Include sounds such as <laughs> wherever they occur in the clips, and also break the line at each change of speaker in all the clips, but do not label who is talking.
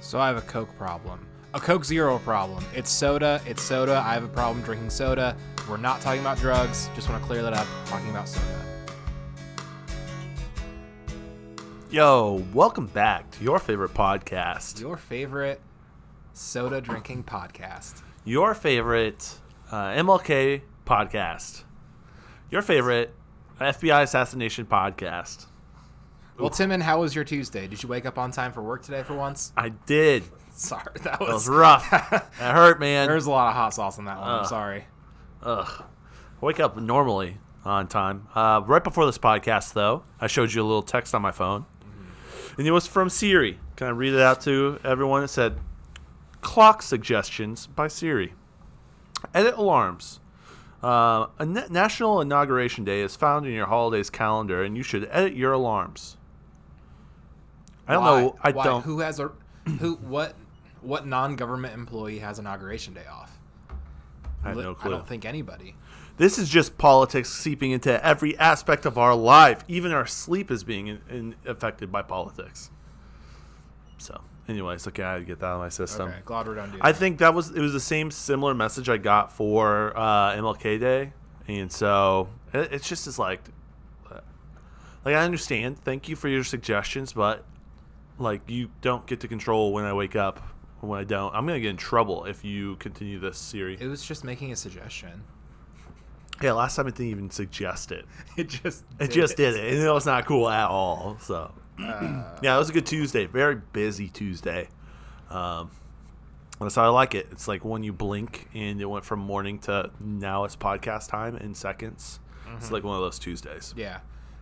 So I have a Coke problem. A Coke Zero problem. It's soda. It's soda. I have a problem drinking soda. We're not talking about drugs. Just want to clear that up. Talking about soda.
Yo, welcome back to your favorite podcast,
Your favorite soda drinking podcast.
your favorite uh, MLK podcast, your favorite FBI assassination podcast.
Well, Timon, how was your Tuesday? Did you wake up on time for work today for once? <laughs>
I did.
Sorry, that
That was
was,
rough. that hurt, man.
there was a lot of hot sauce on that one. I'm
Ugh.
sorry.
Ugh. Wake up normally on time. Uh, right before this podcast, though, I showed you a little text on my phone, and it was from Siri. Can I read it out to everyone? It said, "Clock suggestions by Siri. Edit alarms. Uh, a na- National Inauguration Day is found in your holidays calendar, and you should edit your alarms." I don't
Why?
know. I
Why?
don't.
Who has a <clears throat> who? What? What non-government employee has inauguration day off?
I have
Li-
no clue.
I don't think anybody.
This is just politics seeping into every aspect of our life. Even our sleep is being in, in, affected by politics. So, anyways, okay, I had to get that out of my system.
Okay, glad we don't do.
I
that.
think that was it was the same similar message I got for uh, MLK Day, and so it, it's just is like, like I understand. Thank you for your suggestions, but like you don't get to control when I wake up, or when I don't. I'm gonna get in trouble if you continue this series.
it was just making a suggestion.
Yeah, last time I didn't even suggest it.
It just.
It just did it, and it was not cool at all. So,
Uh,
yeah, it was a good Tuesday. Very busy Tuesday. Um, that's how I like it. It's like when you blink, and it went from morning to now it's podcast time in seconds.
Mm-hmm.
It's like one of those Tuesdays.
Yeah,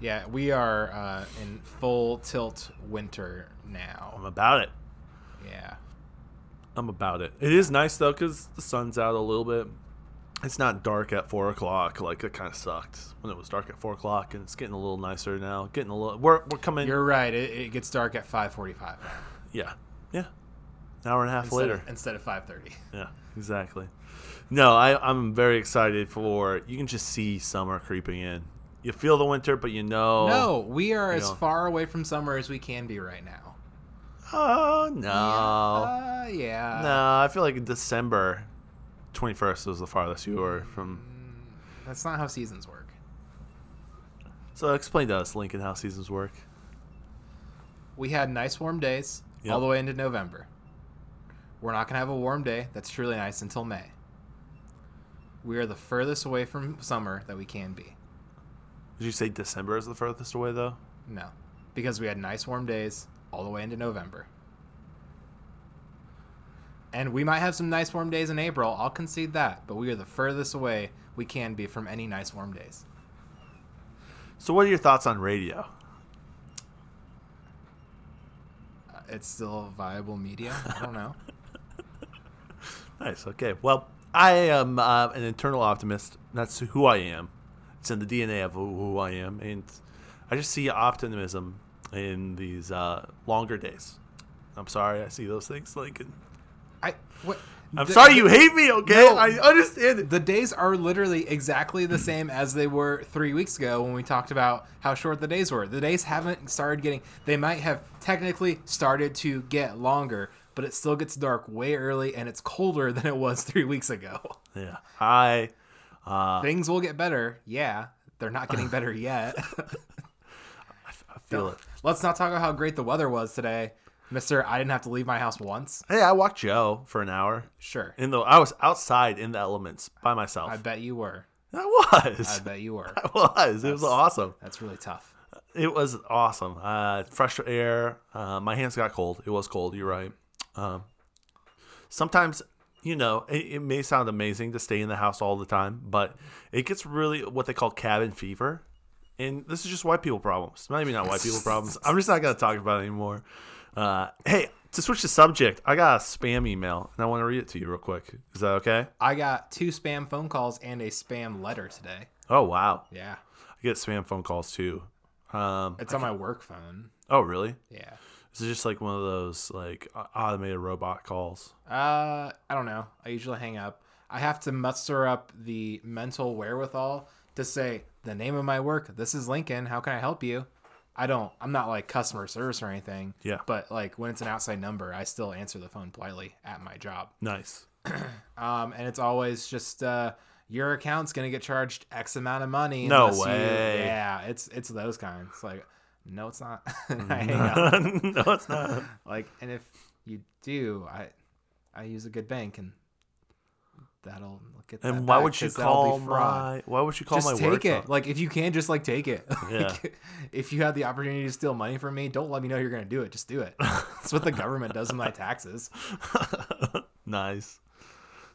yeah. We are uh, in full tilt winter
I'm
now.
about it.
Yeah,
I'm about it. It is nice though, because the sun's out a little bit. It's not dark at four o'clock. Like it kind of sucked when it was dark at four o'clock, and it's getting a little nicer now. Getting a little. We're we're coming.
you're right. It, it gets dark at 5:45
yeah, yeah. An hour and a half
instead
later.
of, instead of 5:30.
Yeah, exactly. No, I, I'm very excited for. You can just see summer creeping in. You feel the winter, but you know.
no, we are as
Oh, know.
far away from summer as we can be right now.
Oh no.
Uh, yeah.
no, I feel like December, twenty first was the farthest you were from.
That's not how seasons work.
So explain to us, Lincoln, how seasons work.
We had nice warm days
Yep.
all the way into November. We're not going to have a warm day that's truly nice until May. We are the furthest away from summer that we can be.
Did you say December is the furthest away though?
No, because we had nice warm days all the way into November. And we might have some nice warm days in April, I'll concede that, but we are the furthest away we can be from any nice warm days.
So what are your thoughts on radio?
Uh, It's still a viable medium. I don't
<laughs>
know.
Nice. Okay. Well, I am uh, an internal optimist. That's who I am. It's in the DNA of who who I am, and I just see optimism in these uh, longer days. I'm sorry, I see those things, Lincoln.
I what <laughs>
I'm
the-
sorry you hate me. Okay,
No.
I understand it.
The days are literally exactly the same as they were three weeks ago when we talked about how short the days were. The days haven't started getting, they might have technically started to get longer, but it still gets dark way early and it's colder than it was <laughs> three weeks ago.
Yeah, I. Uh.
Things will get better. Yeah, they're not getting
<laughs>
better yet.
I feel it.
<laughs> Let's not talk about how great the weather was today. Mister, I didn't have to leave my house once.
Hey, I walked Joe for an hour.
Sure.
In the I was outside in the elements by myself.
I
I,
bet you were. I
was.
bet you were.
<laughs> I was. It was awesome.
That's really tough.
It was awesome. Uh, fresh air. Uh, my hands got cold. It was cold. You're right. Um, sometimes, you know, it, it may sound amazing to stay in the house all the time, but it gets really what they call cabin fever. And this is just white people problems. Maybe not white people problems. I'm just not going to talk about it anymore. Uh, hey, to switch the subject, I got a spam email and I want to read it to you real quick. Is that okay?
I got two spam phone calls and a spam letter today.
Oh, wow.
Yeah.
I get spam phone calls too. Um,
It's on my work phone.
oh, really?
Yeah.
Is it just like one of those like au- automated robot calls?
Uh, I don't know. I usually hang up. I have to muster up the mental wherewithal to say the name of my work. This is Lincoln. How can I help you? I don't. I'm not like customer service or anything.
Yeah.
But like when it's an outside number, I still answer the phone politely at my job.
Nice.
Um, and it's always just uh, your account's gonna get charged X amount of money.
No
unless you-
way.
yeah, it's it's those kinds. It's like, no, it's not. <laughs> I hang up.
<laughs> no, it's not.
Like, and if you do, I I use a good bank, and that'll get. That
And why
back
would you
'cause that'll be
call
fraud.
my? Why would you call
just
my
take
work?
it.
phone?
Like if you can, just like take it. <laughs>
Yeah.
Like, if you have the opportunity to steal money from me, don't let me know you're gonna do it. Just do it. That's what the government does with my taxes.
nice,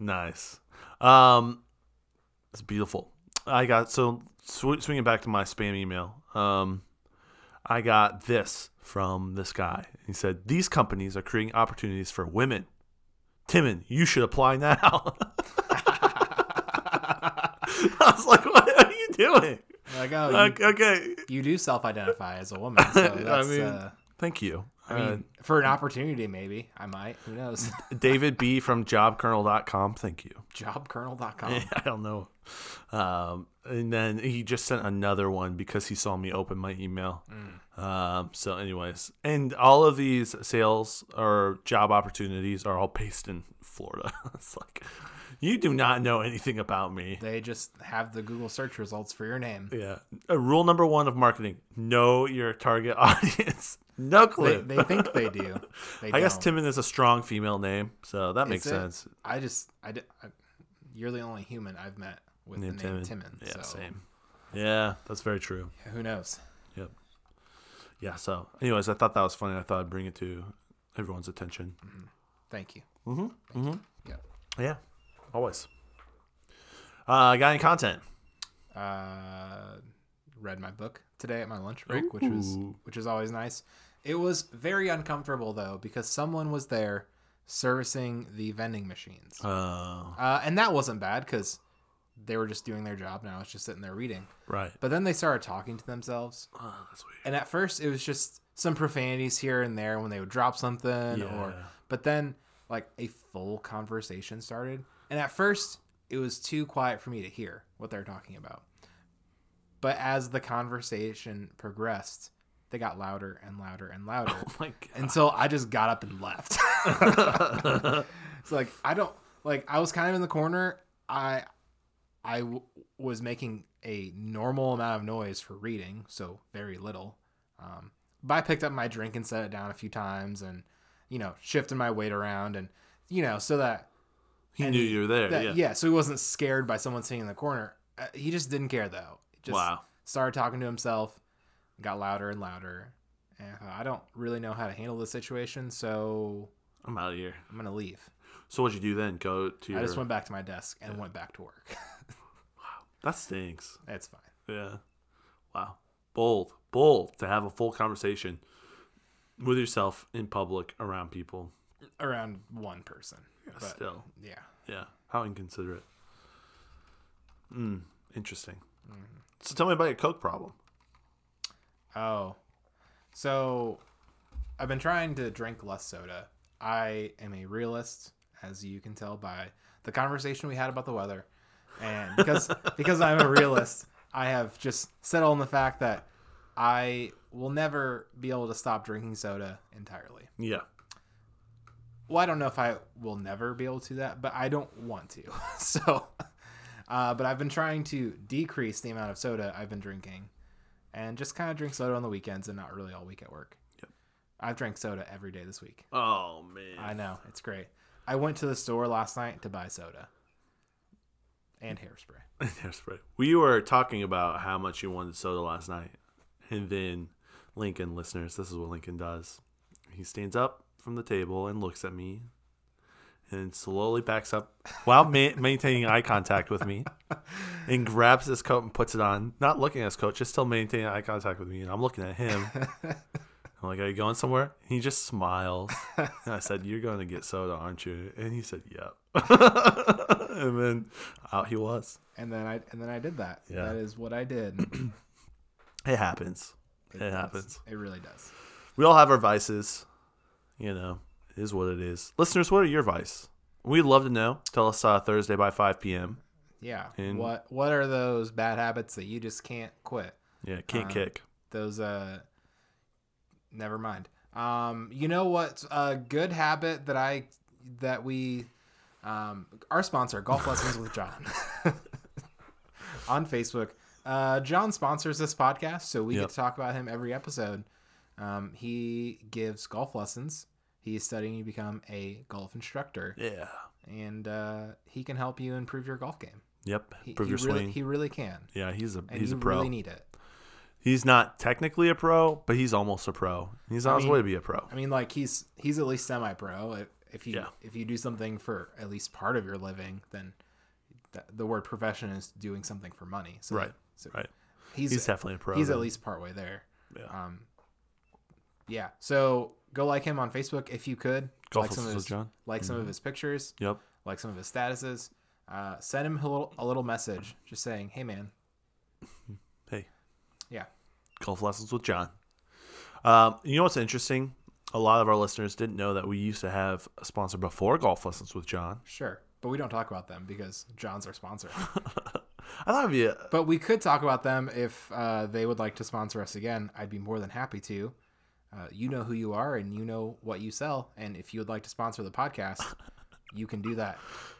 nice. Um, it's beautiful. I got so sw- swinging back to my spam email. Um, I got this from this guy. He said these companies are creating opportunities for women. Timon, you should apply now. <laughs> I was like, what are you doing?
Like oh, you,
Okay, okay.
you do self-identify as a woman. So
<laughs> I uh,
that's,
mean,
uh,
thank you.
I mean, for an opportunity, maybe I might. Who
<laughs>
knows? <laughs>
uh, David B from jobkernel.com. Thank you.
Jobkernel.com.
<laughs> I don't know. Um, and then he just sent another one because he saw me open my email.
Mm.
Um, so, anyways, and all of these sales or job opportunities are all based in Florida. <laughs> it's like, you do not know anything about me.
They just have the Google search results for your name.
Yeah. Uh, rule number one of marketing know your target <laughs> audience. No
They,
clue.
they think they do.
<laughs>
They
I guess
don't.
Timon is a strong female name, so that makes
it?
sense.
I just I, di- I- you're the only human I've met with
Named
the name
Timon.
Timon.
Yeah,
so
same. Yeah, that's very true.
Who knows?
Yep. Yeah. So, anyways, I thought that was funny. I thought I'd bring it to everyone's attention.
Thank you. Mm-hmm.
Yeah. Always. Uh, got any content?
uh, read my book today at my lunch break, which was which is always nice. It was very uncomfortable though because someone was there servicing the vending machines,
Uh,
uh, and that wasn't bad because they were just doing their job. Now I was just sitting there reading,
right.
but then they started talking to themselves,
Oh, that's weird.
and at first it was just some profanities here and there when they would drop something or
Yeah.
but then like a full conversation started and at first it was too quiet for me to hear what they're talking about but as the conversation progressed they got louder and louder and louder
Oh my <laughs> god.
until i just got up and left <laughs>
Oh
it's like i don't like i was kind of in the corner i I w- was making a normal amount of noise for reading, so very little. Um, but I picked up my drink and set it down a few times, and you know, shifted my weight around, and you know, so that,
He knew <laughs> you were there.
that
yeah.
yeah. so he wasn't scared by someone sitting in the corner. Uh, he just didn't care though. Just
Wow.
started talking to himself, got louder and louder. And I thought, I don't really know how to handle this situation, so
I'm out of here.
I'm gonna leave.
So what'd you do then? Go to
I
your.
just went back to my desk and went back to work.
That stinks.
That's fine.
Yeah. Wow. Bold. Bold to have a full conversation with yourself in public around people.
Around one person, but
Still.
yeah.
Yeah. How inconsiderate. Mm, interesting. So tell me about your Coke problem.
Oh. So I've been trying to drink less soda. I am a realist, as you can tell by the conversation we had about the weather. And because because I'm a realist, I have just settled on the fact that I will never be able to stop drinking soda entirely.
Yeah.
Well, I don't know if I will never be able to do that, but I don't want to. <laughs> so, uh, but I've been trying to decrease the amount of soda I've been drinking and just kind of drink soda on the weekends and not really all week at work.
Yep.
I've drank soda every day this week.
Oh man.
I know. It's great. I went to the store last night to buy soda and hairspray.
<laughs> Hairspray. We were talking about how much you wanted soda last night, and then Lincoln, listeners, this is what Lincoln does. He stands up from the table and looks at me, and slowly backs up while ma- <laughs> maintaining eye contact with me, and grabs his coat and puts it on, not looking at his coat, just still maintaining eye contact with me, and I'm looking at him. I'm like, "Are you going somewhere?" He just smiles, and I said, "You're going to get soda, aren't you?" And he said, "Yep." <laughs> and then out he was.
And then I and then I did that.
Yeah.
That is what I
<clears throat>
did.
It happens. It,
does.
happens.
It really does.
We all have our vices. You know, it is what it is. Listeners, what are your vices? We'd love to know. Tell us uh, Thursday by 5 p.m.
Yeah.
And-
what what are those bad habits that you just can't quit?
Yeah, can't kick.
those uh never mind. Um, you know what's a good habit that I that we um, our sponsor golf lessons with John <laughs> on Facebook. Uh, John sponsors this podcast, so we
Yep.
get to talk about him every episode. Um, he gives golf lessons. He is studying to become a golf instructor,
Yeah.
and uh, he can help you improve your golf game.
Yep.
He,
Prove
he
your
really,
swing.
He really can,
yeah, he's a
and
he's
you
a pro.
really need it.
he's not technically a pro, but he's almost a pro. He's on his
mean-
way to be a pro.
I mean, like he's he's at least semi-pro. If, if you
Yeah.
if you do something for at least part of your living, then th- the word profession is doing something for money. So
Right.
so
Right.
He's
He's definitely a pro.
he's at
then.
least partway there.
Yeah.
Um. Yeah. So go like him on Facebook if you could.
Golf
like some of
Lessons with
his
John. Mm-hmm.
like some of his pictures,
Yep.
like some of his statuses. Uh, send him a little a little message, just saying, "Hey, man."
Hey.
Yeah.
Golf lessons with John. Um, you know what's interesting? A lot of our listeners didn't know that we used to have a sponsor before Golf Lessons with John.
Sure. But we don't talk about them because John's our sponsor.
I thought it'd be a,
But we could talk about them if uh, they would like to sponsor us again. I'd be more than happy to. Uh, you know who you are and you know what you sell. And if you would like to sponsor the podcast, you can do that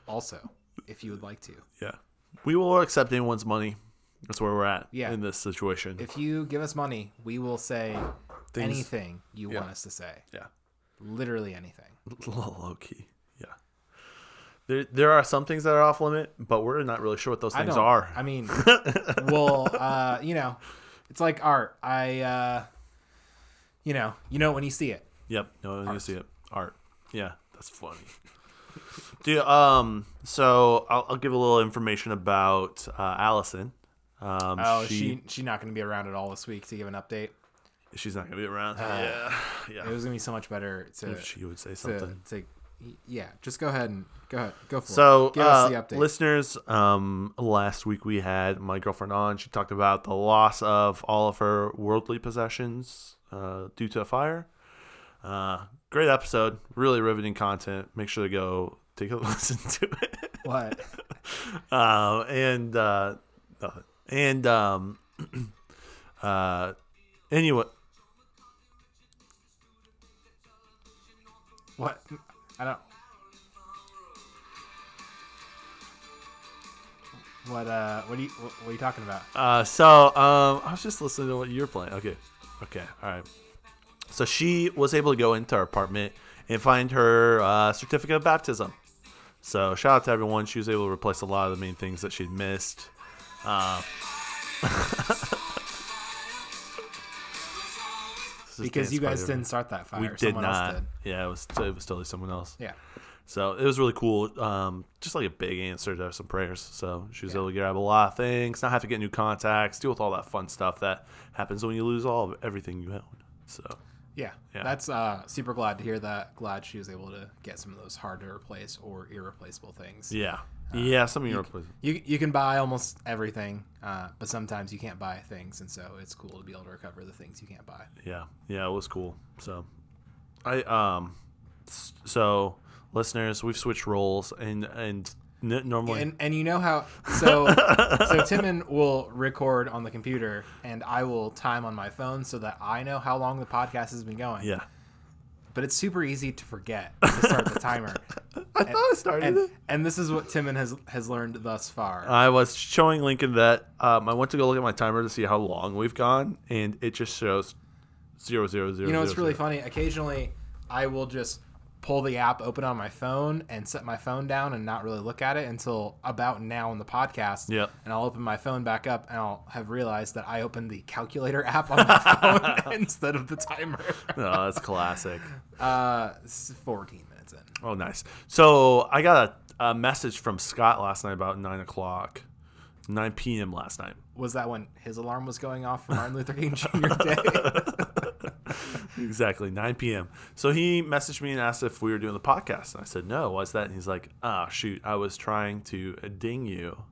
also if you would like to.
yeah. We will accept anyone's money. That's where we're at
Yeah.
in this situation.
If you give us money, we will say
Things-
anything you
Yeah.
want us to say.
Yeah. <laughs>
Literally anything.
low key. Yeah. There, there are some things that are off limit, but we're not really sure what those
I
things
don't-
are.
I
<laughs>
mean, well, uh, you know, it's like art. I, uh, you know, you know it when you see it.
Yep. No, you see it. Art. Yeah, that's funny. <laughs> Dude, um, so I'll, I'll give a little information about uh, Allison. Um,
Oh, she she, not going to be around at all this week to give an update.
she's not gonna be around.
Uh,
yeah, <laughs>
It
yeah.
was gonna be so much better to,
If she would say
to,
something.
to yeah. Just go ahead and go ahead, go for it.
So,
give us the
uh,
update.
listeners, um, last week we had my girlfriend on. She talked about the loss of all of her worldly possessions uh, due to a fire. Uh, great episode, really riveting content. Make sure to go take a <laughs> listen to it.
what?
um, and uh, nothing. and um, <clears throat> uh, anyway,
What? I don't. What uh? What are you what, what are you talking about?
uh, so um, I was just listening to what you were playing. Okay, okay, all right. So she was able to go into her apartment and find her uh, certificate of baptism. So shout out to everyone. She was able to replace a lot of the main things that she'd missed. Uh, <laughs> This is
Because
dance
you
party
guys
over
didn't start that fire.
here. We did
Someone
not.
Else did.
Yeah, it was it was totally someone else.
Yeah.
So it was really cool. Um, just like a big answer to some prayers. So she was able to grab a lot of things, not have to get new contacts, deal with all that fun stuff that happens when you lose all of everything you own. So
Yeah.
Yeah.
That's uh super glad to hear that. Glad she was able to get some of those hard to replace or irreplaceable things.
yeah, yeah, some of your places.
You, you can buy almost everything, uh, but sometimes you can't buy things, and so it's cool to be able to recover the things you can't buy.
Yeah, yeah, it was cool. So I um, s- so listeners, we've switched roles and and n- normally
And and you know how so so Timon will record on the computer, and I will time on my phone so that I know how long the podcast has been going.
yeah.
But it's super easy to forget to start the timer,
I thought I started
and and this is what Timon has has learned thus far.
I was showing Lincoln that um, I went to go look at my timer to see how long we've gone, and it just shows zero zero zero.
You know, it's really funny. Occasionally, I will just pull the app open on my phone and set my phone down and not really look at it until about now in the podcast.
Yeah.
And I'll open my phone back up and I'll have realized that I opened the calculator <laughs> app on my phone <laughs> instead of the timer.
Oh, that's classic.
Uh, it's 14 minutes in.
Oh, nice. So I got a, a message from Scott last night about nine o'clock, nine p.m. last night.
Was that when his alarm was going off for Martin Luther King Jr. Day?
Exactly, 9 p.m. So he messaged me and asked if we were doing the podcast. And I said, no, why's that? And he's like, ah, shoot, I was trying to ding you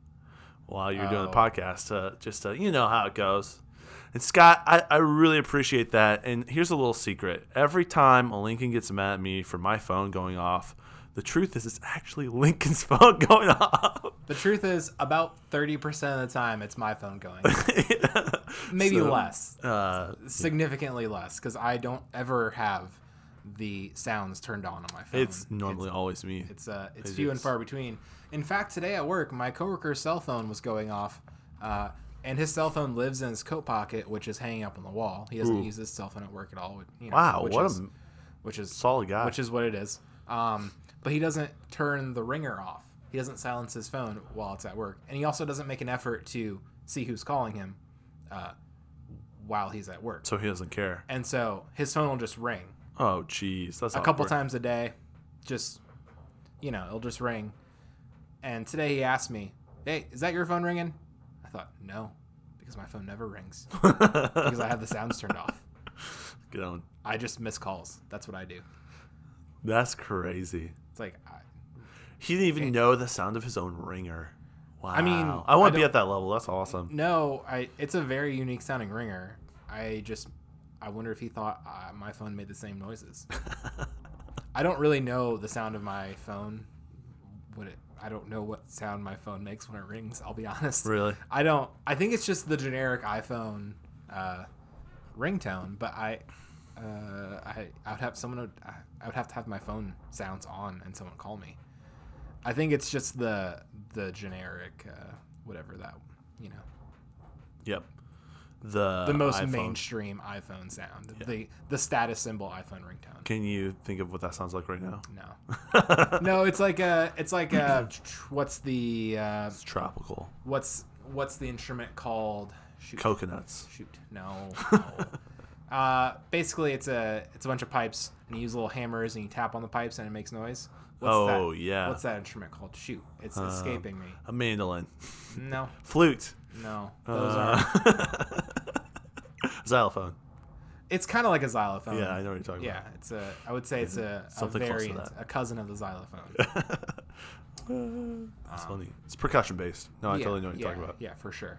while you're doing the
Oh.
podcast, uh, just to, you know how it goes. And Scott, I, I really appreciate that. And here's a little secret every time Lincoln gets mad at me for my phone going off, The truth is, it's actually <laughs> Lincoln's phone going off.
The truth is, about thirty percent of the time, it's my phone going. Maybe
So,
less,
Uh,
significantly less, because I don't ever have the sounds turned on on my phone.
it's normally always me.
It's uh, it's
It
few and
is.
far between. In fact, today at work, my coworker's cell phone was going off, uh, and his cell phone lives in his coat pocket, which is hanging up on the wall. He doesn't
Ooh.
use his cell phone at work at all. You know,
wow,
which
what
is-
a
which is
solid guy.
which is what it is. Um, but he doesn't turn the ringer off. He doesn't silence his phone while it's at work, and he also doesn't make an effort to see who's calling him uh, while he's at work.
so he doesn't care.
And so his phone will just ring
Oh, jeez, that's
a
awkward.
couple times a day, just you know, it'll just ring. And today he asked me, "Hey, is that your phone ringing?" I thought, "No, because my phone never rings because I have the sounds turned off.
<laughs> Get on.
I just miss calls. That's what I do."
That's crazy.
It's like I,
He didn't even know the sound of his own ringer. Wow. I
mean,
I
Eh.
want
I
to be
don't-
at that level. That's awesome.
No, I. It's a very unique sounding ringer. I just, I wonder if he thought uh, my phone made the same noises. I don't really know the sound of my phone. What it, I don't know what sound my phone makes when it rings. I'll be <laughs> honest.
Really?
I don't. I think it's just the generic iPhone uh, ringtone. But I, uh, I, I would have someone. Would, I- I would have to have my phone sounds on and someone call me. I think it's just the the generic uh, whatever that you know
Yep. The
the most
Uh, iPhone.
mainstream iPhone sound. The the status symbol iPhone ringtone.
Can you think of what that sounds like
<laughs>
right now?
No, no, it's like a it's like a
<clears throat>
what's the uh,
It's tropical.
what's what's the instrument called? Shoot,
Coconuts. <laughs>
shoot, no. no. uh, basically, it's a it's a bunch of pipes, and you use little hammers, and you tap on the pipes, and it makes noise. What's
Oh,
that?
yeah. Uh,
What's that instrument called? Shoot, it's escaping me.
A mandolin.
No,
Flute. <laughs>
no, those are.
Uh, <laughs> xylophone.
It's kind of like a xylophone.
Yeah, I know what you're talking
Um, Yeah, it's a. I would say it's a, a
Something close to
variant,
that.
a cousin of the xylophone.
about. That's funny. It's percussion based. No, I
um, yeah,
totally know what
yeah,
you're talking about.
Yeah, for sure.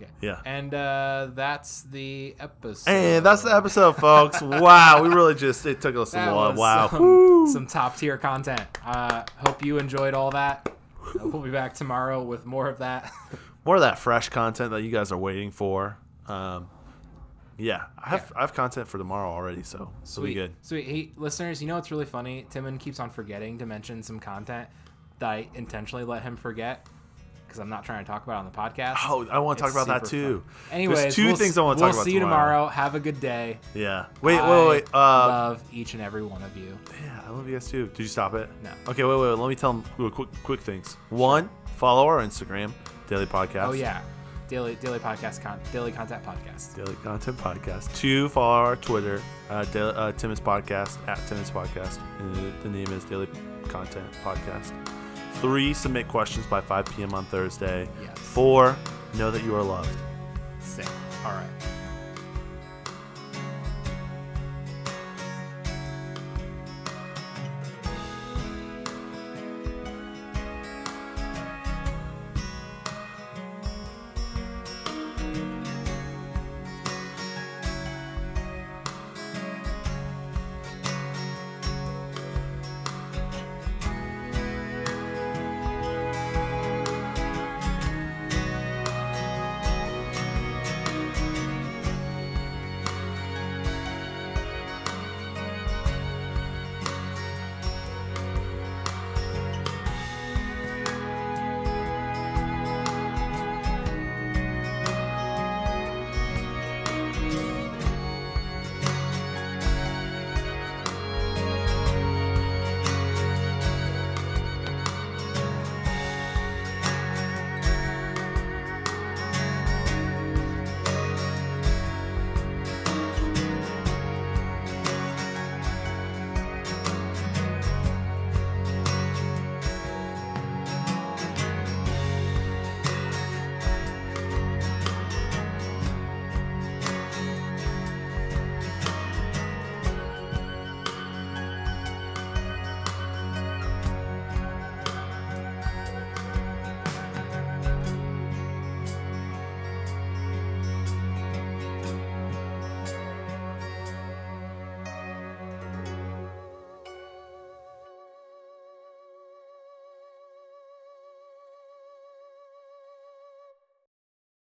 Yeah.
Yeah.
And uh, that's the episode.
Hey, that's the
<laughs>
episode, folks. Wow, we really just it took us
That
a while.
was
Wow.
Some, some top tier content. Uh, hope you enjoyed all that. Uh, We'll be back tomorrow with more of
<laughs>
that.
More of that fresh content that you guys are waiting for. Um, yeah, I have I have content for tomorrow already, so it'll be good.
Sweet. Hey, listeners, you know what's really funny? Timon keeps on forgetting to mention some content that I intentionally let him forget because I'm not trying to talk about it on the podcast.
Oh, I want to talk
It's
about that
super
too.
fun. Anyways,
There's 2
we'll
things
s-
I want to
we'll
talk about.
see you tomorrow. Have a good day.
Yeah. Wait,
I
wait, wait. Uh,
love each and every one of you.
yeah, I love you guys too. Did you stop it?
No.
Okay, wait, wait. wait. Let me tell them real quick, quick things. One, follow our Instagram, Daily Podcast.
Oh yeah, daily daily podcast con daily content podcast.
Daily Content Podcast. Two, follow our Twitter, uh, da- uh, Timmons Podcast, at Timmons Podcast. And the name is Daily Content Podcast. Three, submit questions by 5 p.m. on Thursday.
Yes.
Four, know that you are loved.
Sick. All right.